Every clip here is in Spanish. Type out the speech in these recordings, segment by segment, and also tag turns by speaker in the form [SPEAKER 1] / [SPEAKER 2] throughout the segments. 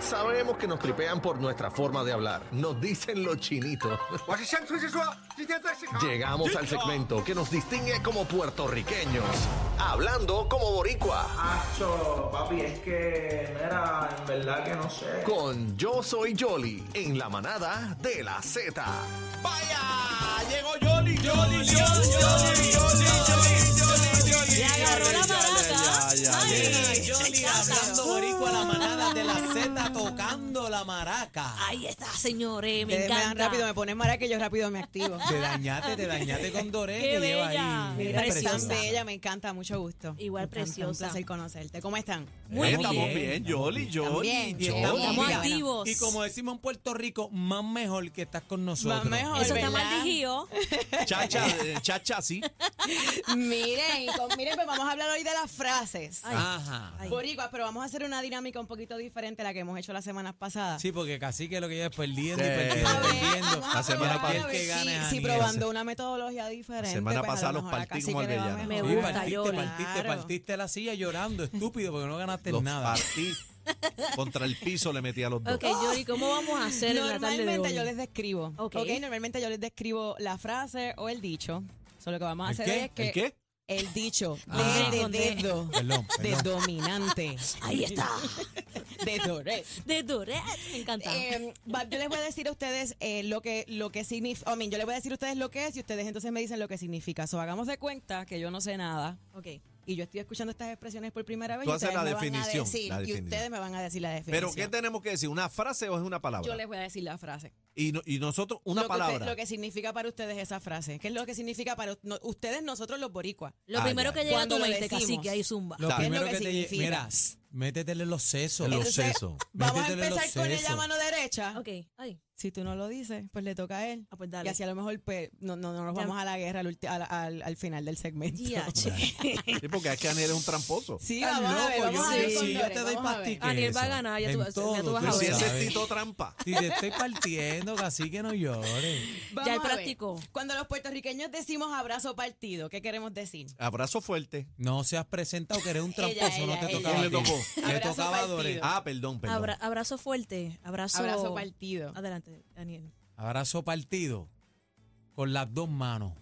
[SPEAKER 1] Sabemos que nos tripean por nuestra forma de hablar. Nos dicen los chinitos.
[SPEAKER 2] 我是乡村之说，今天在市场。
[SPEAKER 1] Llegamos al segmento que nos distingue como puertorriqueños. Hablando como boricua.
[SPEAKER 3] Acho, papi, es que, mira, en verdad que no sé.
[SPEAKER 1] Con Yo Soy Jolly en la manada de la Z.
[SPEAKER 4] ¡Vaya! Llegó Yoli, Yoli, Yoli, Yoli, Yoli, Yoli, Yoli, Yoli.
[SPEAKER 5] Le agarró la maraca.
[SPEAKER 4] Ya, ya, ya,
[SPEAKER 5] Ay,
[SPEAKER 4] ya. Yoli
[SPEAKER 5] chata.
[SPEAKER 4] hablando boricua, la manada de la Z tocando la maraca.
[SPEAKER 5] Ahí está, señores, me
[SPEAKER 6] Ustedes me dan
[SPEAKER 5] encanta.
[SPEAKER 6] rápido, me ponen maraca que yo rápido me activo.
[SPEAKER 4] Te dañaste, te dañaste con Doré
[SPEAKER 5] Qué
[SPEAKER 4] que lleva
[SPEAKER 5] bella.
[SPEAKER 4] ahí.
[SPEAKER 5] Mira,
[SPEAKER 6] Tan
[SPEAKER 5] preciosa.
[SPEAKER 6] bella, me encanta, mucho gusto.
[SPEAKER 5] Igual
[SPEAKER 6] Me encanta,
[SPEAKER 5] preciosa.
[SPEAKER 6] Un placer conocerte. ¿Cómo están?
[SPEAKER 5] Muy
[SPEAKER 4] Eh,
[SPEAKER 5] bien.
[SPEAKER 4] Estamos bien, Yoli, Yoli.
[SPEAKER 6] También,
[SPEAKER 4] Y
[SPEAKER 6] Yoli.
[SPEAKER 4] estamos
[SPEAKER 5] Estamos
[SPEAKER 4] bien.
[SPEAKER 5] activos.
[SPEAKER 4] Y como decimos en Puerto Rico, más mejor que estás con nosotros.
[SPEAKER 6] Más mejor.
[SPEAKER 5] Eso está
[SPEAKER 6] ¿verdad?
[SPEAKER 5] mal dirigido.
[SPEAKER 4] Chacha, eh, chacha, sí.
[SPEAKER 6] miren, y con- miren, pues vamos a hablar hoy de las frases.
[SPEAKER 5] Ay.
[SPEAKER 4] Ajá.
[SPEAKER 5] Ay.
[SPEAKER 6] Boricuas, pero vamos a hacer una dinámica un poquito diferente a la que hemos hecho las semanas pasadas.
[SPEAKER 4] Sí, porque casi que lo que yo es perdiendo y
[SPEAKER 7] Sí.
[SPEAKER 4] perdiendo y
[SPEAKER 7] A ver,
[SPEAKER 4] perdiendo.
[SPEAKER 6] vamos a
[SPEAKER 7] La semana
[SPEAKER 6] probar,
[SPEAKER 4] Aquel
[SPEAKER 6] a ver
[SPEAKER 4] que gana
[SPEAKER 6] si-
[SPEAKER 4] es
[SPEAKER 6] si,
[SPEAKER 4] Aniel.
[SPEAKER 6] probando una metodología diferente.
[SPEAKER 7] La semana
[SPEAKER 6] pues, a
[SPEAKER 7] pasada
[SPEAKER 6] lo
[SPEAKER 7] los
[SPEAKER 6] mejor acá
[SPEAKER 7] partí
[SPEAKER 6] sí
[SPEAKER 7] como
[SPEAKER 6] que le va
[SPEAKER 7] aldeanos.
[SPEAKER 5] Me
[SPEAKER 6] mejor.
[SPEAKER 4] Sí,
[SPEAKER 5] gusta,
[SPEAKER 4] partiste,
[SPEAKER 5] Yoli.
[SPEAKER 4] partiste,
[SPEAKER 6] Claro.
[SPEAKER 4] partiste la silla llorando, estúpido, porque no ganaste
[SPEAKER 7] Los
[SPEAKER 4] nada.
[SPEAKER 7] partí contra el piso, le metí a los dos.
[SPEAKER 5] Ok, Yoli, ¿cómo vamos a hacer en la tarde de
[SPEAKER 6] Normalmente
[SPEAKER 5] hoy?
[SPEAKER 6] yo les describo.
[SPEAKER 5] Ok.
[SPEAKER 6] ok, normalmente yo les describo la frase o el dicho. Solo que vamos a
[SPEAKER 4] ¿El
[SPEAKER 6] hacer
[SPEAKER 4] qué?
[SPEAKER 6] hoy es que
[SPEAKER 4] ¿El qué?
[SPEAKER 6] el dicho
[SPEAKER 4] Ah.
[SPEAKER 6] de,
[SPEAKER 5] Con D.
[SPEAKER 6] de dedo,
[SPEAKER 4] Perdón,
[SPEAKER 6] de
[SPEAKER 4] perdón.
[SPEAKER 6] dominante,
[SPEAKER 5] Ahí está.
[SPEAKER 6] de doré.
[SPEAKER 5] De Doré, me encanta.
[SPEAKER 6] Eh, va- yo les voy a decir a ustedes eh, lo que lo que significa. I mean, yo les voy a decir a ustedes lo que es y ustedes entonces me dicen lo que significa. So, hagamos de cuenta que yo no sé nada
[SPEAKER 5] ok.
[SPEAKER 6] y yo estoy escuchando estas expresiones por primera vez.
[SPEAKER 7] Tú
[SPEAKER 6] y
[SPEAKER 7] haces
[SPEAKER 6] ustedes
[SPEAKER 7] la
[SPEAKER 6] me van a
[SPEAKER 7] definición,
[SPEAKER 6] decir-
[SPEAKER 7] la
[SPEAKER 6] Y
[SPEAKER 7] definición.
[SPEAKER 6] ustedes me van a decir la definición.
[SPEAKER 7] Pero ¿qué tenemos que decir? ¿Una frase o es una palabra?
[SPEAKER 6] yo les voy a decir la frase.
[SPEAKER 7] Y, no- y nosotros, una
[SPEAKER 6] lo que usted-
[SPEAKER 7] palabra.
[SPEAKER 6] lo que significa para ustedes esa frase. ¿Qué es lo que significa para no- ustedes, nosotros los boricuas?
[SPEAKER 5] Lo
[SPEAKER 7] Ah,
[SPEAKER 5] primero
[SPEAKER 7] ya.
[SPEAKER 5] que llega a
[SPEAKER 6] Cuando
[SPEAKER 5] tu
[SPEAKER 6] lo
[SPEAKER 5] mente,
[SPEAKER 6] decimos.
[SPEAKER 5] cacique, ahí zumba.
[SPEAKER 4] Lo
[SPEAKER 7] Dale.
[SPEAKER 4] primero
[SPEAKER 6] Es
[SPEAKER 4] que,
[SPEAKER 6] lo que
[SPEAKER 4] te lle-
[SPEAKER 6] significa.
[SPEAKER 4] Mira, s- métetele en los sesos.
[SPEAKER 7] Los
[SPEAKER 6] Entonces,
[SPEAKER 7] sesos.
[SPEAKER 6] Vamos a
[SPEAKER 4] Métetele los
[SPEAKER 6] empezar con ella
[SPEAKER 4] sesos.
[SPEAKER 6] mano derecha.
[SPEAKER 5] Ok, ay.
[SPEAKER 6] Si tú no lo dices, pues le toca a él.
[SPEAKER 5] Ah, pues
[SPEAKER 6] Y
[SPEAKER 5] dale.
[SPEAKER 6] así a lo mejor pues, no, no, no nos
[SPEAKER 5] Ya.
[SPEAKER 6] vamos a la guerra al, ulti- al, al- al final del segmento.
[SPEAKER 5] Ya, che.
[SPEAKER 7] Sí, porque es que Aniel es un tramposo.
[SPEAKER 6] Sí,
[SPEAKER 4] Estás
[SPEAKER 6] vamos a ver,
[SPEAKER 4] loco,
[SPEAKER 6] vamos a
[SPEAKER 4] yo
[SPEAKER 6] ver
[SPEAKER 4] sí,
[SPEAKER 6] con
[SPEAKER 4] yo
[SPEAKER 6] Lore,
[SPEAKER 4] te doy
[SPEAKER 6] vamos a ver.
[SPEAKER 4] pastica.
[SPEAKER 5] Aniel
[SPEAKER 4] Eso,
[SPEAKER 5] va a ganar, ya
[SPEAKER 4] en
[SPEAKER 5] tú, ya tú
[SPEAKER 4] todo,
[SPEAKER 5] vas
[SPEAKER 4] tú
[SPEAKER 5] a
[SPEAKER 7] Pero si
[SPEAKER 5] ver.
[SPEAKER 4] sabes.
[SPEAKER 7] ese es Tito Trampa.
[SPEAKER 4] Si te estoy partiendo, casi que no llores.
[SPEAKER 6] Vamos
[SPEAKER 5] Ya él
[SPEAKER 6] a ver.
[SPEAKER 5] practicó.
[SPEAKER 6] Cuando los puertorriqueños decimos abrazo partido, ¿qué queremos decir?
[SPEAKER 7] Abrazo fuerte.
[SPEAKER 4] No seas presentado que eres un
[SPEAKER 6] Ella,
[SPEAKER 4] tramposo, no
[SPEAKER 6] ella,
[SPEAKER 4] te
[SPEAKER 6] ella.
[SPEAKER 4] tocaba.
[SPEAKER 7] ¿Quién le
[SPEAKER 4] a ti.
[SPEAKER 7] tocó?
[SPEAKER 4] Le
[SPEAKER 6] Abrazo
[SPEAKER 4] tocaba a Dore.
[SPEAKER 6] partido.
[SPEAKER 7] Ah, perdón, perdón.
[SPEAKER 5] Abra- abrazo fuerte. Abrazo.
[SPEAKER 6] Abrazo partido.
[SPEAKER 5] Adelante, Daniel.
[SPEAKER 4] Abrazo partido con las dos manos.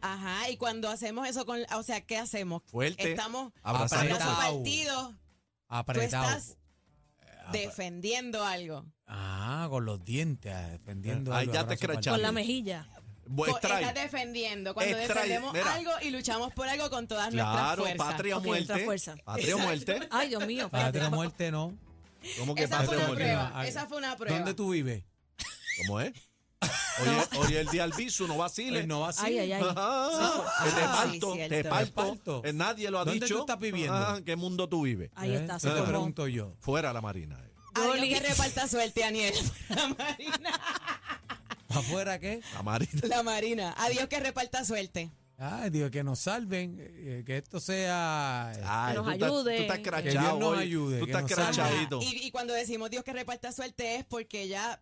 [SPEAKER 6] Ajá, y cuando hacemos eso con, o sea, ¿qué hacemos?
[SPEAKER 7] Fuerte.
[SPEAKER 6] Estamos
[SPEAKER 7] Abrazando.
[SPEAKER 6] abrazo
[SPEAKER 4] Apretado.
[SPEAKER 6] partido,
[SPEAKER 4] Apretado.
[SPEAKER 6] Tú estás
[SPEAKER 7] Eh,
[SPEAKER 6] defendiendo algo.
[SPEAKER 4] Ah, con los dientes, ah, dependiendo.
[SPEAKER 7] Ahí
[SPEAKER 4] algo,
[SPEAKER 7] ya te
[SPEAKER 4] abrazo
[SPEAKER 7] escrachaste.
[SPEAKER 4] partido.
[SPEAKER 5] Con la mejilla.
[SPEAKER 7] Bu-
[SPEAKER 6] Co-
[SPEAKER 7] strike.
[SPEAKER 6] Estás defendiendo. Cuando
[SPEAKER 7] Extrae,
[SPEAKER 6] defendemos
[SPEAKER 7] Pues mira.
[SPEAKER 6] algo y luchamos por algo con todas nuestras
[SPEAKER 7] Claro,
[SPEAKER 6] fuerzas.
[SPEAKER 7] patria o
[SPEAKER 5] Ok,
[SPEAKER 7] muerte.
[SPEAKER 5] nuestra fuerza.
[SPEAKER 7] Patria o muerte.
[SPEAKER 5] Ay, Dios
[SPEAKER 4] Ah,
[SPEAKER 5] mío. espérate.
[SPEAKER 4] Patria muerte no.
[SPEAKER 7] ¿Cómo que
[SPEAKER 6] Esa fue
[SPEAKER 7] patria o
[SPEAKER 6] una
[SPEAKER 7] muerte?
[SPEAKER 6] prueba.
[SPEAKER 4] Ah,
[SPEAKER 6] Esa fue una prueba.
[SPEAKER 4] ¿Dónde tú vives?
[SPEAKER 7] ¿Cómo es? Hoy, es- hoy es el día al viso, no vaciles.
[SPEAKER 4] Pues no va así.
[SPEAKER 5] Ay, ay, ay.
[SPEAKER 7] Ah, que te
[SPEAKER 6] ah, sí,
[SPEAKER 7] parto,
[SPEAKER 6] cierto.
[SPEAKER 7] te
[SPEAKER 6] Te
[SPEAKER 7] parto.
[SPEAKER 4] parto.
[SPEAKER 7] Eh, Nadie lo ha
[SPEAKER 4] ¿Dónde
[SPEAKER 7] dicho.
[SPEAKER 4] tú estás viviendo?
[SPEAKER 7] Ah, ¿En qué mundo tú vives?
[SPEAKER 5] Ahí
[SPEAKER 4] ¿Eh?
[SPEAKER 5] está, se
[SPEAKER 4] Te
[SPEAKER 7] formó.
[SPEAKER 4] pregunto yo.
[SPEAKER 7] Fuera la marina. eh.
[SPEAKER 6] Ay, Dios,
[SPEAKER 5] Yoli.
[SPEAKER 6] que reparta suerte, Daniel. La Marina.
[SPEAKER 4] ¿Afuera qué?
[SPEAKER 7] La marina.
[SPEAKER 6] La Marina. Adiós que reparta suerte.
[SPEAKER 4] Ay, Dios, que nos salven, eh, que esto sea... eh,
[SPEAKER 7] Ay,
[SPEAKER 5] nos
[SPEAKER 7] tú estás-
[SPEAKER 5] ayude.
[SPEAKER 7] Tú estás
[SPEAKER 5] Que Dios
[SPEAKER 7] crachado.
[SPEAKER 4] nos
[SPEAKER 7] hoy.
[SPEAKER 4] ayude,
[SPEAKER 7] Tú
[SPEAKER 4] que
[SPEAKER 7] estás
[SPEAKER 4] nos salve.
[SPEAKER 7] crachadito.
[SPEAKER 6] Y, y cuando decimos Dios que reparta suerte es porque ya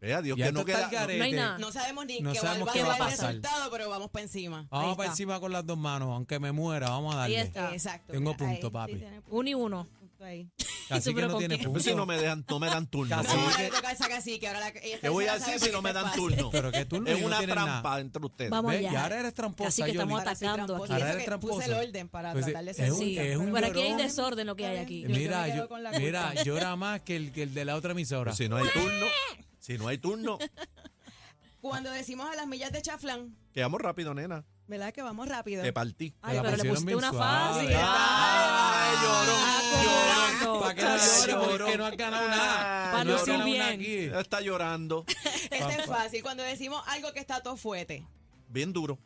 [SPEAKER 7] Vea, Dios,
[SPEAKER 4] ya
[SPEAKER 7] que
[SPEAKER 4] esto
[SPEAKER 7] no
[SPEAKER 4] está
[SPEAKER 7] queda.
[SPEAKER 4] al garete.
[SPEAKER 5] No hay nada.
[SPEAKER 6] no sabemos ni
[SPEAKER 4] No
[SPEAKER 6] qué,
[SPEAKER 4] sabemos
[SPEAKER 6] va,
[SPEAKER 4] qué
[SPEAKER 6] qué
[SPEAKER 4] va a
[SPEAKER 6] va el
[SPEAKER 4] pasar.
[SPEAKER 6] resultado, pero vamos para encima.
[SPEAKER 7] Ah,
[SPEAKER 5] Ahí
[SPEAKER 4] Vamos para
[SPEAKER 5] está.
[SPEAKER 4] encima con las dos manos, aunque me muera, vamos a
[SPEAKER 5] Ahí
[SPEAKER 4] darle.
[SPEAKER 5] está.
[SPEAKER 6] Ah, Exacto.
[SPEAKER 4] Tengo
[SPEAKER 6] mira,
[SPEAKER 4] punto,
[SPEAKER 6] ahí,
[SPEAKER 4] papi.
[SPEAKER 6] sí, tiene punto
[SPEAKER 5] Uno y uno.
[SPEAKER 6] ahí.
[SPEAKER 4] Así que
[SPEAKER 5] pero
[SPEAKER 4] no
[SPEAKER 5] ¿con
[SPEAKER 4] tiene
[SPEAKER 5] qué?
[SPEAKER 7] No,
[SPEAKER 4] punto.
[SPEAKER 7] Pues Si no me dejan, no me dan turno.
[SPEAKER 4] Casi.
[SPEAKER 6] Vamos
[SPEAKER 7] ¿Cómo
[SPEAKER 6] a
[SPEAKER 7] que-
[SPEAKER 6] darle toca esa cacique. Ahora la, ella-
[SPEAKER 7] ¿Qué voy a
[SPEAKER 6] ella sabe
[SPEAKER 7] decir si
[SPEAKER 6] que
[SPEAKER 7] no me
[SPEAKER 6] esto es
[SPEAKER 7] dan
[SPEAKER 6] fácil.
[SPEAKER 7] turno?
[SPEAKER 4] Pero que tú no-
[SPEAKER 7] Es
[SPEAKER 4] no
[SPEAKER 7] una
[SPEAKER 4] tienes
[SPEAKER 7] trampa
[SPEAKER 4] nada.
[SPEAKER 7] entre ustedes.
[SPEAKER 5] Vamos
[SPEAKER 4] Ves,
[SPEAKER 5] allá.
[SPEAKER 4] Y ahora eres tramposa,
[SPEAKER 5] Así que estamos
[SPEAKER 4] Yoli.
[SPEAKER 6] Ahora soy
[SPEAKER 5] atacando
[SPEAKER 6] tramposa.
[SPEAKER 5] aquí.
[SPEAKER 6] Y
[SPEAKER 4] Ahora
[SPEAKER 6] eso
[SPEAKER 4] eres
[SPEAKER 6] que puse el
[SPEAKER 4] tramposa.
[SPEAKER 6] orden para
[SPEAKER 4] Pues,
[SPEAKER 6] tratar de
[SPEAKER 4] es
[SPEAKER 6] ser
[SPEAKER 4] un-
[SPEAKER 5] Sí,
[SPEAKER 6] justa,
[SPEAKER 4] es un
[SPEAKER 6] pero-
[SPEAKER 5] pero aquí hay
[SPEAKER 4] llorón.
[SPEAKER 5] desorden lo que hay aquí.
[SPEAKER 6] Yo me
[SPEAKER 4] Mira,
[SPEAKER 6] quedo
[SPEAKER 4] yo-
[SPEAKER 6] con la
[SPEAKER 4] mira,
[SPEAKER 6] culpa.
[SPEAKER 4] llora más que el, que el de la otra emisora.
[SPEAKER 7] Pero Si no hay turno, si no hay turno,
[SPEAKER 6] Cuando decimos a las millas de chaflán,
[SPEAKER 7] quedamos rápido, nena.
[SPEAKER 6] ¿verdad? Que vamos rápido.
[SPEAKER 7] Te partí.
[SPEAKER 5] Ay,
[SPEAKER 4] la
[SPEAKER 5] pero le
[SPEAKER 4] pusieron
[SPEAKER 5] pusiste
[SPEAKER 4] bien
[SPEAKER 5] una
[SPEAKER 4] suave.
[SPEAKER 5] fácil.
[SPEAKER 7] Ay, llorón,
[SPEAKER 5] Acomodando.
[SPEAKER 7] llorón.
[SPEAKER 4] ¿Para qué no
[SPEAKER 7] Ay,
[SPEAKER 4] llores?
[SPEAKER 7] llorón.
[SPEAKER 4] Porque no has ganado
[SPEAKER 7] Ah,
[SPEAKER 4] nada.
[SPEAKER 5] Pa'
[SPEAKER 4] no has
[SPEAKER 5] lucir
[SPEAKER 4] ganado nada
[SPEAKER 5] bien.
[SPEAKER 4] aquí.
[SPEAKER 7] Ella Está llorando,
[SPEAKER 6] Este es fácil. Cuando decimos algo que está todo fuerte.
[SPEAKER 7] bien duro.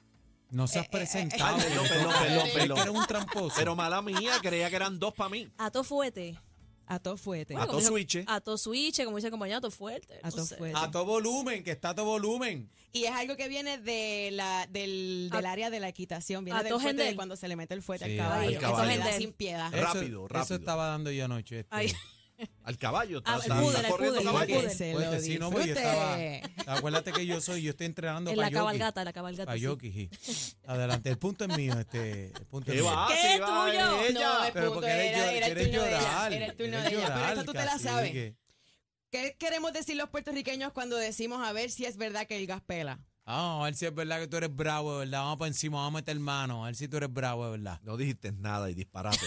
[SPEAKER 4] No
[SPEAKER 5] Eh,
[SPEAKER 4] seas presentado.
[SPEAKER 7] Ay, perdón, perdón, perdón,
[SPEAKER 4] Es que
[SPEAKER 7] perdón.
[SPEAKER 4] eres un tramposo.
[SPEAKER 7] Pero mala mía, creía que eran dos para mí.
[SPEAKER 5] A to fuerte.
[SPEAKER 6] A todo fuerte.
[SPEAKER 7] A
[SPEAKER 5] Bueno,
[SPEAKER 7] to
[SPEAKER 5] como dijo-
[SPEAKER 7] switch.
[SPEAKER 5] A to switch, como dice el compañero, a to fuerte.
[SPEAKER 6] A
[SPEAKER 5] no
[SPEAKER 6] todo
[SPEAKER 5] sé. Ah,
[SPEAKER 6] fuerte.
[SPEAKER 4] a todo volumen, que está a todo volumen.
[SPEAKER 6] Y es algo que viene de la, del, del
[SPEAKER 5] A-
[SPEAKER 6] área de la equitación.
[SPEAKER 5] a
[SPEAKER 6] Viene del
[SPEAKER 5] todo
[SPEAKER 6] fuerte de
[SPEAKER 5] gendel.
[SPEAKER 6] cuando se le mete el fuerte
[SPEAKER 4] Sí,
[SPEAKER 6] al caballo.
[SPEAKER 7] al
[SPEAKER 6] que
[SPEAKER 7] caballo.
[SPEAKER 6] se le da
[SPEAKER 5] Gendel.
[SPEAKER 6] sin piedad.
[SPEAKER 7] Eh, Rápido,
[SPEAKER 4] eso,
[SPEAKER 7] rápido.
[SPEAKER 4] Eso estaba dando yo anoche. este.
[SPEAKER 5] Ay,
[SPEAKER 7] Al caballo. Está,
[SPEAKER 5] Ah, el
[SPEAKER 7] está-
[SPEAKER 5] pudel,
[SPEAKER 7] está
[SPEAKER 5] el
[SPEAKER 7] corriendo
[SPEAKER 5] pudel, el
[SPEAKER 7] caballo.
[SPEAKER 5] pudel.
[SPEAKER 6] Se
[SPEAKER 4] Pues
[SPEAKER 6] lo
[SPEAKER 4] que sí, no, pues yo estaba.
[SPEAKER 6] disfrute.
[SPEAKER 4] Acuérdate que yo soy, yo estoy entrenando
[SPEAKER 5] en
[SPEAKER 4] para
[SPEAKER 5] la
[SPEAKER 4] yogi.
[SPEAKER 5] cabalgata, la cabalgata.
[SPEAKER 4] Para
[SPEAKER 5] sí.
[SPEAKER 4] yogi, sí. Adelante, el punto es mío, este, el punto
[SPEAKER 7] ¿Qué
[SPEAKER 4] es mío.
[SPEAKER 7] va?
[SPEAKER 5] ¿Qué
[SPEAKER 7] Sí,
[SPEAKER 5] es
[SPEAKER 7] va,
[SPEAKER 5] tuyo? eh.
[SPEAKER 7] ella.
[SPEAKER 6] No, el
[SPEAKER 4] Pero
[SPEAKER 6] punto
[SPEAKER 4] porque eres
[SPEAKER 6] era,
[SPEAKER 4] llor-
[SPEAKER 6] era el
[SPEAKER 4] quieres
[SPEAKER 6] turno de ella.
[SPEAKER 4] llorar,
[SPEAKER 6] Era el turno
[SPEAKER 4] quieres
[SPEAKER 6] de ella. Pero
[SPEAKER 4] llorar,
[SPEAKER 6] esta tú te la
[SPEAKER 4] cacique.
[SPEAKER 6] sabes. ¿Qué queremos decir los puertorriqueños cuando decimos a ver si es verdad que el gas pela?
[SPEAKER 4] Ah, Vamos a ver si es verdad que tú eres bravo, de ¿verdad? Vamos para encima, vamos a meter mano, a ver si tú eres bravo, de ¿verdad?
[SPEAKER 7] No dijiste nada y disparate.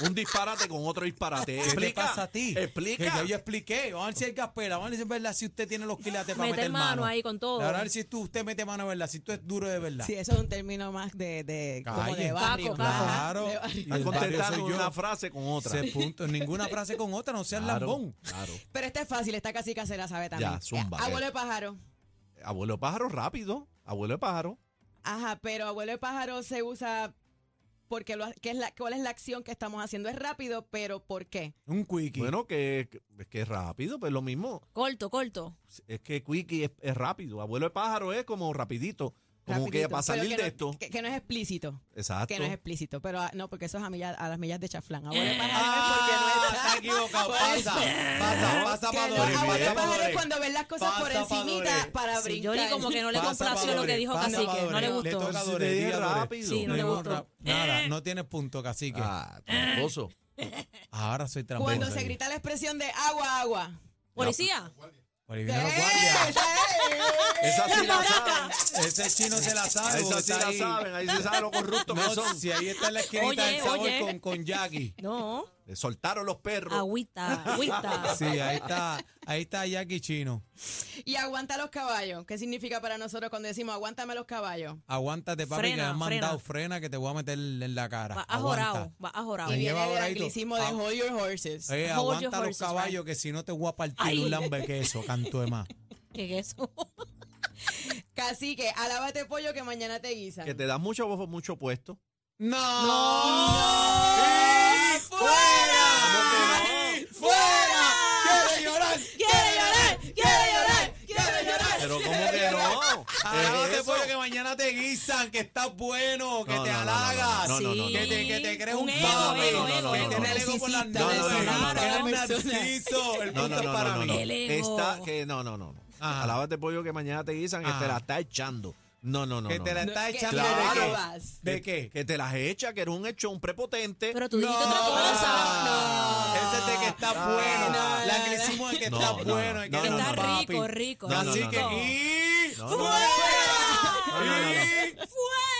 [SPEAKER 7] Un disparate con otro disparate.
[SPEAKER 4] ¿Qué
[SPEAKER 7] explica,
[SPEAKER 4] te pasa a ti? Que
[SPEAKER 7] Explica.
[SPEAKER 4] ya yo expliqué. Vamos a ver si es gaspela. Vamos a ver si es verdad si usted tiene los quilates para
[SPEAKER 5] Meter
[SPEAKER 4] meter mano.
[SPEAKER 5] mano ahí con todo.
[SPEAKER 4] Ahora a ver si tú, usted mete mano de verdad. Si tú es duro de verdad.
[SPEAKER 6] Sí, eso es un término más de, de como
[SPEAKER 4] Calle.
[SPEAKER 6] de barrio.
[SPEAKER 5] Paco, Paco.
[SPEAKER 6] Ajá,
[SPEAKER 4] Claro.
[SPEAKER 6] de barrio.
[SPEAKER 4] Y
[SPEAKER 7] Estás
[SPEAKER 4] el barrio soy
[SPEAKER 7] contestando
[SPEAKER 4] yo.
[SPEAKER 7] una frase con otra.
[SPEAKER 4] Ese punto. Ninguna frase con otra. No seas
[SPEAKER 7] Claro,
[SPEAKER 4] lambón.
[SPEAKER 7] Claro.
[SPEAKER 6] Pero esta es fácil, esta casi casera, sabe también. Eh,
[SPEAKER 7] Ya, zumba. eh.
[SPEAKER 6] Abuelo de pájaro.
[SPEAKER 7] Abuelo de pájaro, rápido. Abuelo de pájaro.
[SPEAKER 6] Ajá, pero abuelo de pájaro se usa porque lo, ha- ¿qué es la, cuál es la acción que estamos haciendo es rápido, pero ¿por qué?
[SPEAKER 4] Un quickie.
[SPEAKER 7] Bueno, que, que- que es rápido, pero lo mismo.
[SPEAKER 5] Corto, corto.
[SPEAKER 7] pues, Es que Quickie es, es rápido. Abuelo de pájaro es como rapidito. Como que
[SPEAKER 6] Rapidito,
[SPEAKER 7] para
[SPEAKER 6] pero
[SPEAKER 7] salir
[SPEAKER 6] que
[SPEAKER 7] de
[SPEAKER 6] no-
[SPEAKER 7] esto.
[SPEAKER 6] Que, que no es explícito.
[SPEAKER 7] Exacto.
[SPEAKER 6] Que no es explícito, pero ah, no, porque eso es a, millas- a las millas de chaflán. Abuelo de pájaro es porque no
[SPEAKER 4] Ah,
[SPEAKER 6] es-
[SPEAKER 4] está equivocado.
[SPEAKER 6] Por
[SPEAKER 4] Pasa,
[SPEAKER 6] eso.
[SPEAKER 4] pasa, pasa
[SPEAKER 6] Que
[SPEAKER 4] para
[SPEAKER 6] no,
[SPEAKER 7] Dore,
[SPEAKER 4] Doris,
[SPEAKER 6] abuelo de
[SPEAKER 7] vaya,
[SPEAKER 4] pasa para
[SPEAKER 6] pájaro es
[SPEAKER 7] Dore.
[SPEAKER 6] cuando ves las cosas
[SPEAKER 4] Pasa
[SPEAKER 6] por
[SPEAKER 4] pa'
[SPEAKER 6] encimita
[SPEAKER 4] Dore.
[SPEAKER 6] para
[SPEAKER 5] Sí,
[SPEAKER 6] brincar.
[SPEAKER 5] Yoli como que no le
[SPEAKER 4] Pasa
[SPEAKER 5] complació
[SPEAKER 4] pa'
[SPEAKER 5] lo que
[SPEAKER 4] Doris,
[SPEAKER 5] dijo
[SPEAKER 4] pasa
[SPEAKER 5] Cacique.
[SPEAKER 4] pa'
[SPEAKER 5] No le
[SPEAKER 4] Doris. Le
[SPEAKER 5] gustó.
[SPEAKER 4] toca a
[SPEAKER 7] Sí,
[SPEAKER 4] Doris,
[SPEAKER 7] te dije
[SPEAKER 4] di a Doris.
[SPEAKER 7] rápido.
[SPEAKER 5] Sí, no le
[SPEAKER 4] Ningún
[SPEAKER 5] gustó.
[SPEAKER 4] rap- Nada, no tienes punto, cacique.
[SPEAKER 7] Ah, tramposo.
[SPEAKER 4] Ahora soy tramposo.
[SPEAKER 6] Cuando se grita la expresión de agua, agua.
[SPEAKER 5] Policía.
[SPEAKER 4] Por ahí vienen los
[SPEAKER 6] ¡Eh!
[SPEAKER 4] guardias.
[SPEAKER 7] Esa sí la saben.
[SPEAKER 4] Ese chino se la sabe.
[SPEAKER 7] Esa
[SPEAKER 4] porque
[SPEAKER 7] sí
[SPEAKER 4] está
[SPEAKER 7] la
[SPEAKER 4] ahí.
[SPEAKER 7] saben. Ahí se sabe lo corrupto que
[SPEAKER 4] No,
[SPEAKER 7] son.
[SPEAKER 4] si ahí está en la esquinita
[SPEAKER 5] Oye,
[SPEAKER 4] del sabor
[SPEAKER 5] oye.
[SPEAKER 4] Con, con Jackie.
[SPEAKER 5] No.
[SPEAKER 7] Le Soltaron los perros.
[SPEAKER 5] Agüita, agüita.
[SPEAKER 4] Sí, ahí está, ahí está Jackie Chino.
[SPEAKER 6] Y aguanta los caballos. ¿Qué significa para nosotros cuando decimos aguántame los caballos?
[SPEAKER 4] Aguántate, papi, que
[SPEAKER 5] Frena,
[SPEAKER 4] has mandado frena que te voy a meter en la cara.
[SPEAKER 5] Va a
[SPEAKER 4] Aguanta.
[SPEAKER 5] jorado, va a jorado.
[SPEAKER 4] Me
[SPEAKER 6] Y
[SPEAKER 4] lleva
[SPEAKER 6] viene el
[SPEAKER 4] ahora y tú-
[SPEAKER 6] anglicismo de
[SPEAKER 4] ah.
[SPEAKER 6] hold your horses.
[SPEAKER 4] Eh,
[SPEAKER 5] Hold your
[SPEAKER 4] aguanta los
[SPEAKER 5] horses,
[SPEAKER 4] caballos que si no te voy a partir
[SPEAKER 5] Ay.
[SPEAKER 4] un lambequeso, canto de más.
[SPEAKER 5] ¿Qué es eso?
[SPEAKER 6] Casi que alábate pollo que mañana te guisan.
[SPEAKER 7] Que te dan mucho, mucho puesto.
[SPEAKER 4] ¡No!
[SPEAKER 6] ¡No!
[SPEAKER 4] ¡Y ¡Fuera!
[SPEAKER 7] ¿Cómo
[SPEAKER 4] ¡Fuera! ¡Quiere llorar!
[SPEAKER 5] ¡Quiere llorar! ¡Quiere llorar! ¡Quiere llorar!
[SPEAKER 7] Pero ¿cómo que no? ¿Qué
[SPEAKER 4] Ahora te
[SPEAKER 7] es Eh, eso?
[SPEAKER 4] puedo que mañana te guisan, que estás bueno, que
[SPEAKER 7] No,
[SPEAKER 4] te
[SPEAKER 7] no, no, no,
[SPEAKER 4] halagas.
[SPEAKER 7] no, no, no, no,
[SPEAKER 4] Que te,
[SPEAKER 5] no.
[SPEAKER 4] que te crees
[SPEAKER 5] Un
[SPEAKER 4] un
[SPEAKER 5] ego,
[SPEAKER 4] papi,
[SPEAKER 5] ego, ego,
[SPEAKER 4] que
[SPEAKER 5] ego.
[SPEAKER 4] tienes el ego por las
[SPEAKER 6] Narcisista,
[SPEAKER 4] nubes.
[SPEAKER 7] no, no, no, no,
[SPEAKER 4] Eres
[SPEAKER 6] no.
[SPEAKER 4] narciso. El
[SPEAKER 7] No,
[SPEAKER 4] punto
[SPEAKER 7] no,
[SPEAKER 4] es
[SPEAKER 7] no,
[SPEAKER 4] para
[SPEAKER 7] no, no,
[SPEAKER 4] mí.
[SPEAKER 7] no.
[SPEAKER 5] El ego.
[SPEAKER 7] Está que no, no, no. no.
[SPEAKER 4] Ajá.
[SPEAKER 7] Alabas de pollo que mañana te guisan que
[SPEAKER 4] Ajá.
[SPEAKER 7] te la está echando. No, no, no.
[SPEAKER 4] Que
[SPEAKER 7] no,
[SPEAKER 4] te la
[SPEAKER 7] no.
[SPEAKER 4] está
[SPEAKER 6] que
[SPEAKER 4] echando
[SPEAKER 7] te
[SPEAKER 4] de
[SPEAKER 7] la
[SPEAKER 4] qué?
[SPEAKER 6] robas.
[SPEAKER 4] ¿De qué?
[SPEAKER 7] Que te las echa, que eres un hechón prepotente.
[SPEAKER 5] Pero tú dijiste
[SPEAKER 4] No.
[SPEAKER 5] otra cosa.
[SPEAKER 4] Ese es de que está bueno.
[SPEAKER 6] no,
[SPEAKER 4] La
[SPEAKER 6] no,
[SPEAKER 4] que hicimos es que está
[SPEAKER 7] No, no,
[SPEAKER 4] bueno. es
[SPEAKER 7] no,
[SPEAKER 4] que
[SPEAKER 7] no,
[SPEAKER 4] está
[SPEAKER 7] no, no.
[SPEAKER 4] papi.
[SPEAKER 5] Rico, rico,
[SPEAKER 4] Así
[SPEAKER 7] rico.
[SPEAKER 4] que. y-
[SPEAKER 7] No, no, no. No, no, no, no.
[SPEAKER 4] ¡Fuera! Y-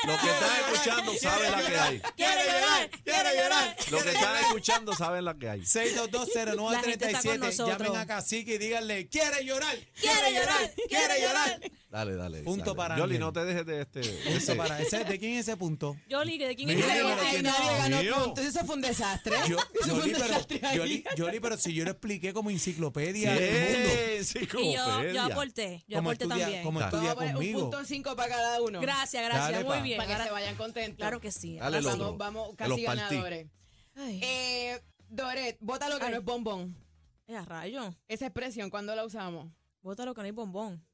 [SPEAKER 7] Lo que están escuchando saben la que hay.
[SPEAKER 5] ¡Quiere llorar! ¡Quiere llorar!
[SPEAKER 7] Lo que están escuchando saben la que hay.
[SPEAKER 4] 6220937.
[SPEAKER 5] nosotros.
[SPEAKER 4] Llamen a Cacique y díganle, ¿quiere llorar?
[SPEAKER 5] ¡Quiere llorar! ¡Quiere llorar!
[SPEAKER 7] Dale, dale.
[SPEAKER 4] Punto
[SPEAKER 7] dale.
[SPEAKER 4] para
[SPEAKER 7] Yoli,
[SPEAKER 4] Ángel.
[SPEAKER 7] no te dejes de este. de
[SPEAKER 4] Punto
[SPEAKER 7] ese-
[SPEAKER 4] para. ¿Ese, ¿De quién es ese punto?
[SPEAKER 5] Yoli, ¿de quién
[SPEAKER 4] Mira,
[SPEAKER 5] es
[SPEAKER 6] Ay,
[SPEAKER 5] ese gol?
[SPEAKER 4] mira, mira,
[SPEAKER 6] ay,
[SPEAKER 4] que
[SPEAKER 6] nadie
[SPEAKER 4] no,
[SPEAKER 6] ganó
[SPEAKER 7] mío.
[SPEAKER 6] puntos. Eso fue un desastre.
[SPEAKER 4] Yo,
[SPEAKER 6] Eso fue
[SPEAKER 4] Yoli,
[SPEAKER 6] un desastre
[SPEAKER 4] pero,
[SPEAKER 6] ahí.
[SPEAKER 4] Yoli- Yoli, pero si yo lo expliqué como enciclopedia del mundo.
[SPEAKER 7] Sí,
[SPEAKER 5] Y yo,
[SPEAKER 7] enciclopedia.
[SPEAKER 5] yo aporté, yo
[SPEAKER 4] como
[SPEAKER 5] aporté
[SPEAKER 4] estudia,
[SPEAKER 5] también.
[SPEAKER 4] como
[SPEAKER 7] Dale.
[SPEAKER 4] estudia
[SPEAKER 6] Vamos a poner un
[SPEAKER 4] conmigo.
[SPEAKER 6] punto cinco para cada uno.
[SPEAKER 5] Gracias, gracias,
[SPEAKER 4] Dale,
[SPEAKER 5] muy
[SPEAKER 4] pa.
[SPEAKER 5] bien.
[SPEAKER 6] Para que
[SPEAKER 5] Ahora-
[SPEAKER 6] se vayan contentos.
[SPEAKER 5] claro que sí.
[SPEAKER 7] Dale,
[SPEAKER 5] Ahora-
[SPEAKER 7] loco.
[SPEAKER 6] Vamos, vamos
[SPEAKER 7] Que los
[SPEAKER 6] casi
[SPEAKER 7] partí.
[SPEAKER 6] ganadores.
[SPEAKER 5] Ay,
[SPEAKER 6] Eh, Doret, bota lo que
[SPEAKER 5] Ay.
[SPEAKER 6] no es bombón.
[SPEAKER 5] eh, a rayo,
[SPEAKER 6] Esa expresión, ¿cuándo la usamos?
[SPEAKER 5] bótalo que no hay bombón.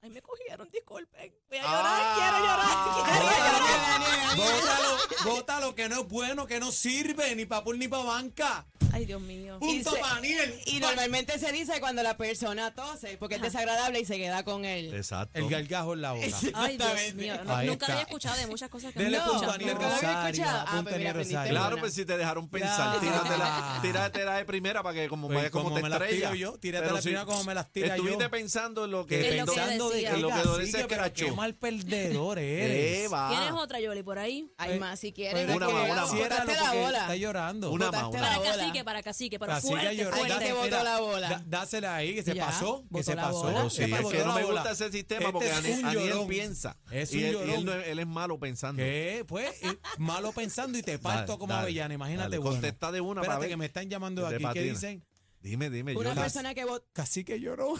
[SPEAKER 5] Ay, me cogieron, disculpen. Voy a llorar,
[SPEAKER 7] Ah.
[SPEAKER 5] quiero llorar, quiero llorar.
[SPEAKER 4] Bótalo, bótalo, que no es bueno, que no sirve ni para pool ni para banca.
[SPEAKER 5] Ay, Dios mío.
[SPEAKER 4] Punto
[SPEAKER 6] Y se-
[SPEAKER 4] para Aniel.
[SPEAKER 6] Y normalmente se dice cuando la persona tose, porque es desagradable y se queda con él.
[SPEAKER 7] Exacto.
[SPEAKER 4] El gargajo en la boca.
[SPEAKER 5] Ay, Dios
[SPEAKER 6] Exactamente.
[SPEAKER 5] mío. no-
[SPEAKER 4] Ahí
[SPEAKER 5] nunca
[SPEAKER 4] está.
[SPEAKER 5] había escuchado de muchas cosas que
[SPEAKER 4] Dele
[SPEAKER 5] no
[SPEAKER 4] punto
[SPEAKER 5] escuchado.
[SPEAKER 4] a Aniel
[SPEAKER 6] no lo había
[SPEAKER 4] Rosario.
[SPEAKER 6] escuchado. Ah,
[SPEAKER 4] Punto a
[SPEAKER 6] pues mira,
[SPEAKER 4] Aniel
[SPEAKER 6] aprendiste
[SPEAKER 4] Rosario.
[SPEAKER 7] Claro,
[SPEAKER 6] Perdona.
[SPEAKER 7] pues si te dejaron pensar,
[SPEAKER 4] Ya.
[SPEAKER 7] tíratela, tíratela de primera para que como
[SPEAKER 4] Pues,
[SPEAKER 7] vayas como,
[SPEAKER 4] como
[SPEAKER 7] te
[SPEAKER 4] me las tiro
[SPEAKER 7] estrella.
[SPEAKER 4] yo, tíratela
[SPEAKER 7] Pero
[SPEAKER 4] de primera como me las tira
[SPEAKER 7] Estuviste
[SPEAKER 4] yo.
[SPEAKER 7] pensando en lo que,
[SPEAKER 5] Que es lo que
[SPEAKER 4] pensando de
[SPEAKER 5] decía.
[SPEAKER 4] que
[SPEAKER 7] En lo que Doris se
[SPEAKER 4] Cacique, pero
[SPEAKER 7] escrachó.
[SPEAKER 4] Qué mal perdedor eres.
[SPEAKER 7] Eva.
[SPEAKER 5] ¿Tienes otra, Yoli, por ahí?
[SPEAKER 4] Pues,
[SPEAKER 6] Hay más si quieres.
[SPEAKER 4] Pero
[SPEAKER 7] Una
[SPEAKER 4] que
[SPEAKER 7] más, una más.
[SPEAKER 4] ciérralo
[SPEAKER 6] Botaste la
[SPEAKER 4] porque
[SPEAKER 6] bola.
[SPEAKER 4] Está llorando.
[SPEAKER 7] Una más,
[SPEAKER 6] Botaste
[SPEAKER 7] una
[SPEAKER 6] la
[SPEAKER 5] Para
[SPEAKER 6] bola.
[SPEAKER 5] cacique, para cacique, pero
[SPEAKER 4] Cacique
[SPEAKER 5] fuerte,
[SPEAKER 4] llorando.
[SPEAKER 5] fuerte.
[SPEAKER 6] Ahí te botó la bola.
[SPEAKER 4] da- Dásela ahí, que se
[SPEAKER 6] Ya,
[SPEAKER 4] pasó. Que
[SPEAKER 6] botó
[SPEAKER 4] se
[SPEAKER 6] la
[SPEAKER 4] pasó.
[SPEAKER 6] bola.
[SPEAKER 7] Pues Sí,
[SPEAKER 4] Se
[SPEAKER 7] es
[SPEAKER 4] botó
[SPEAKER 7] que
[SPEAKER 4] la
[SPEAKER 7] no me
[SPEAKER 4] bola.
[SPEAKER 7] gusta ese sistema
[SPEAKER 4] Este
[SPEAKER 7] porque
[SPEAKER 4] es
[SPEAKER 7] Aniel,
[SPEAKER 4] un
[SPEAKER 7] Aniel
[SPEAKER 4] llorón.
[SPEAKER 7] piensa.
[SPEAKER 4] Es
[SPEAKER 7] y
[SPEAKER 4] un
[SPEAKER 7] él, y él,
[SPEAKER 4] llorón.
[SPEAKER 7] no es- él es malo pensando.
[SPEAKER 4] ¿Qué? Pues, eh, malo pensando y te
[SPEAKER 7] Dale,
[SPEAKER 4] parto como
[SPEAKER 7] dale,
[SPEAKER 4] avellana. Imagínate,
[SPEAKER 7] dale,
[SPEAKER 4] bueno.
[SPEAKER 7] contesta de una para
[SPEAKER 4] Espérate
[SPEAKER 7] ver.
[SPEAKER 4] que me están llamando
[SPEAKER 7] Que
[SPEAKER 4] de
[SPEAKER 7] te
[SPEAKER 4] aquí. ¿Qué
[SPEAKER 7] patina.
[SPEAKER 4] dicen?
[SPEAKER 7] Dime, dime,
[SPEAKER 6] Una
[SPEAKER 7] Yoli.
[SPEAKER 6] persona que votó.
[SPEAKER 4] Casi que lloró.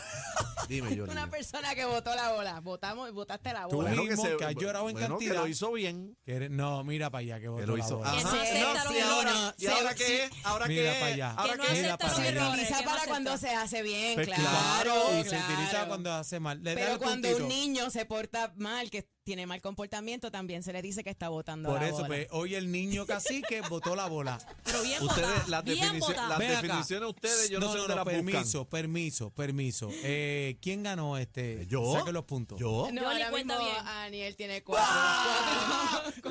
[SPEAKER 7] Dime, Yoli.
[SPEAKER 6] Una persona que votó la bola. Votamos, votaste la
[SPEAKER 4] Tú
[SPEAKER 6] bola.
[SPEAKER 7] Bueno, que,
[SPEAKER 4] mismo,
[SPEAKER 7] se,
[SPEAKER 4] que has llorado en
[SPEAKER 7] bueno, que
[SPEAKER 4] cantidad.
[SPEAKER 7] lo hizo bien.
[SPEAKER 4] Que eres- No, mira para allá que
[SPEAKER 7] Que
[SPEAKER 4] botó
[SPEAKER 7] lo
[SPEAKER 4] la
[SPEAKER 7] hizo.
[SPEAKER 4] bola.
[SPEAKER 5] Que se acepta
[SPEAKER 7] no,
[SPEAKER 5] los
[SPEAKER 7] y ahora,
[SPEAKER 5] errores.
[SPEAKER 7] ¿y ahora qué es? ¿Ahora
[SPEAKER 4] Mira
[SPEAKER 7] qué es?
[SPEAKER 4] para allá.
[SPEAKER 7] ¿Ahora
[SPEAKER 5] Que no
[SPEAKER 7] qué es?
[SPEAKER 4] Mira
[SPEAKER 5] acepta los
[SPEAKER 4] para allá.
[SPEAKER 5] errores.
[SPEAKER 6] utiliza
[SPEAKER 5] que no
[SPEAKER 6] para
[SPEAKER 5] acepta.
[SPEAKER 6] cuando se hace bien,
[SPEAKER 7] Pues
[SPEAKER 6] claro.
[SPEAKER 4] Claro, y se
[SPEAKER 6] claro.
[SPEAKER 4] utiliza cuando hace mal. Le da
[SPEAKER 6] Pero
[SPEAKER 4] el
[SPEAKER 6] cuando
[SPEAKER 4] puntito.
[SPEAKER 6] un niño se porta mal, que tiene mal comportamiento, también se le dice que está botando
[SPEAKER 4] Por
[SPEAKER 6] la
[SPEAKER 4] eso,
[SPEAKER 6] bola.
[SPEAKER 4] pues hoy el niño cacique botó la bola.
[SPEAKER 5] Pero bien botada,
[SPEAKER 7] Ustedes, las
[SPEAKER 5] bien
[SPEAKER 7] definici-
[SPEAKER 5] botada.
[SPEAKER 7] las
[SPEAKER 4] Ven acá.
[SPEAKER 7] definiciones ustedes, yo no, sé dónde las
[SPEAKER 4] permiso, permiso, permiso. Eh, ¿Quién ganó este?
[SPEAKER 7] Yo.
[SPEAKER 4] Saquen los puntos.
[SPEAKER 7] Yo.
[SPEAKER 5] Yo
[SPEAKER 6] No,
[SPEAKER 5] le
[SPEAKER 6] ahora
[SPEAKER 5] cuento
[SPEAKER 6] mismo
[SPEAKER 5] bien.
[SPEAKER 6] Aniel tiene cuatro.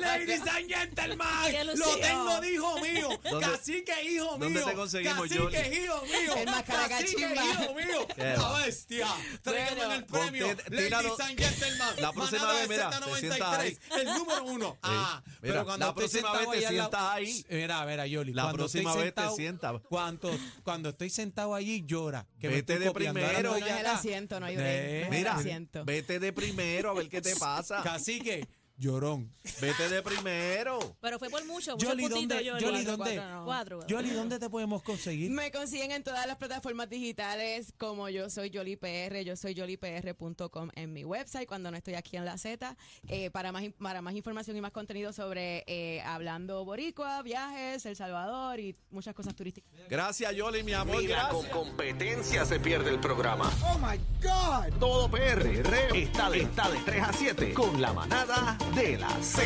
[SPEAKER 4] Ladies and gentlemen,
[SPEAKER 5] Qué
[SPEAKER 4] lo
[SPEAKER 5] lucido.
[SPEAKER 4] tengo de hijo mío.
[SPEAKER 7] ¿Dónde-
[SPEAKER 4] Cacique, hijo mío.
[SPEAKER 7] dónde te conseguimos,
[SPEAKER 4] Cacique,
[SPEAKER 7] Yoli?
[SPEAKER 4] hijo mío.
[SPEAKER 6] El mascara
[SPEAKER 4] Cacique,
[SPEAKER 6] cachimba.
[SPEAKER 4] hijo mío.
[SPEAKER 7] Qué
[SPEAKER 4] La
[SPEAKER 7] va.
[SPEAKER 4] bestia. Tráigame
[SPEAKER 6] Bueno.
[SPEAKER 4] el premio.
[SPEAKER 7] Ponte- tíralo.
[SPEAKER 4] Ladies and gentlemen.
[SPEAKER 7] La próxima
[SPEAKER 4] manada
[SPEAKER 7] vez, mira,
[SPEAKER 4] de
[SPEAKER 7] te sientas
[SPEAKER 4] Z93, El número uno. Ah,
[SPEAKER 7] Mira,
[SPEAKER 4] pero cuando
[SPEAKER 7] la
[SPEAKER 4] estoy
[SPEAKER 7] próxima
[SPEAKER 4] sentado
[SPEAKER 7] vez te
[SPEAKER 4] ahí al lado-
[SPEAKER 7] sientas ahí.
[SPEAKER 4] Mira, mira, Yoli.
[SPEAKER 7] La
[SPEAKER 4] cuando estoy
[SPEAKER 7] próxima vez te
[SPEAKER 4] sentado-
[SPEAKER 7] sientas.
[SPEAKER 4] Cuando, cuando estoy sentado allí, llora. Que
[SPEAKER 7] Vete
[SPEAKER 4] me estoy
[SPEAKER 7] de
[SPEAKER 4] copiando. Ahora
[SPEAKER 7] primero.
[SPEAKER 4] me voy
[SPEAKER 6] No, no es el
[SPEAKER 4] acá.
[SPEAKER 6] asiento, no hay
[SPEAKER 4] Eh,
[SPEAKER 6] break. No es el
[SPEAKER 7] Mira,
[SPEAKER 6] asiento.
[SPEAKER 7] vete de primero a ver qué te pasa.
[SPEAKER 4] Cacique, llorón.
[SPEAKER 7] Vete de primero.
[SPEAKER 5] Pero fue por mucho, mucho
[SPEAKER 4] Yoli,
[SPEAKER 5] puntito,
[SPEAKER 4] ¿dónde?
[SPEAKER 5] Yoli.
[SPEAKER 4] Yoli,
[SPEAKER 5] Cuatro,
[SPEAKER 4] ¿dónde?
[SPEAKER 5] cuatro, no. Cuatro.
[SPEAKER 4] Yoli, ¿dónde te podemos conseguir?
[SPEAKER 6] Me consiguen en todas las plataformas digitales como yo soy Yoli PR, yo soy yolipr.com en mi website cuando no estoy aquí en la Z. Eh, para, más, in- para más información y más contenido sobre eh, Hablando Boricua, viajes, El Salvador y muchas cosas turísticas.
[SPEAKER 7] Gracias, Yoli, mi amor.
[SPEAKER 1] Ni la
[SPEAKER 7] gracias.
[SPEAKER 1] con competencia se pierde el programa. Oh my God. Todo PR está de, está de 3 a 7 con la manada de la Z.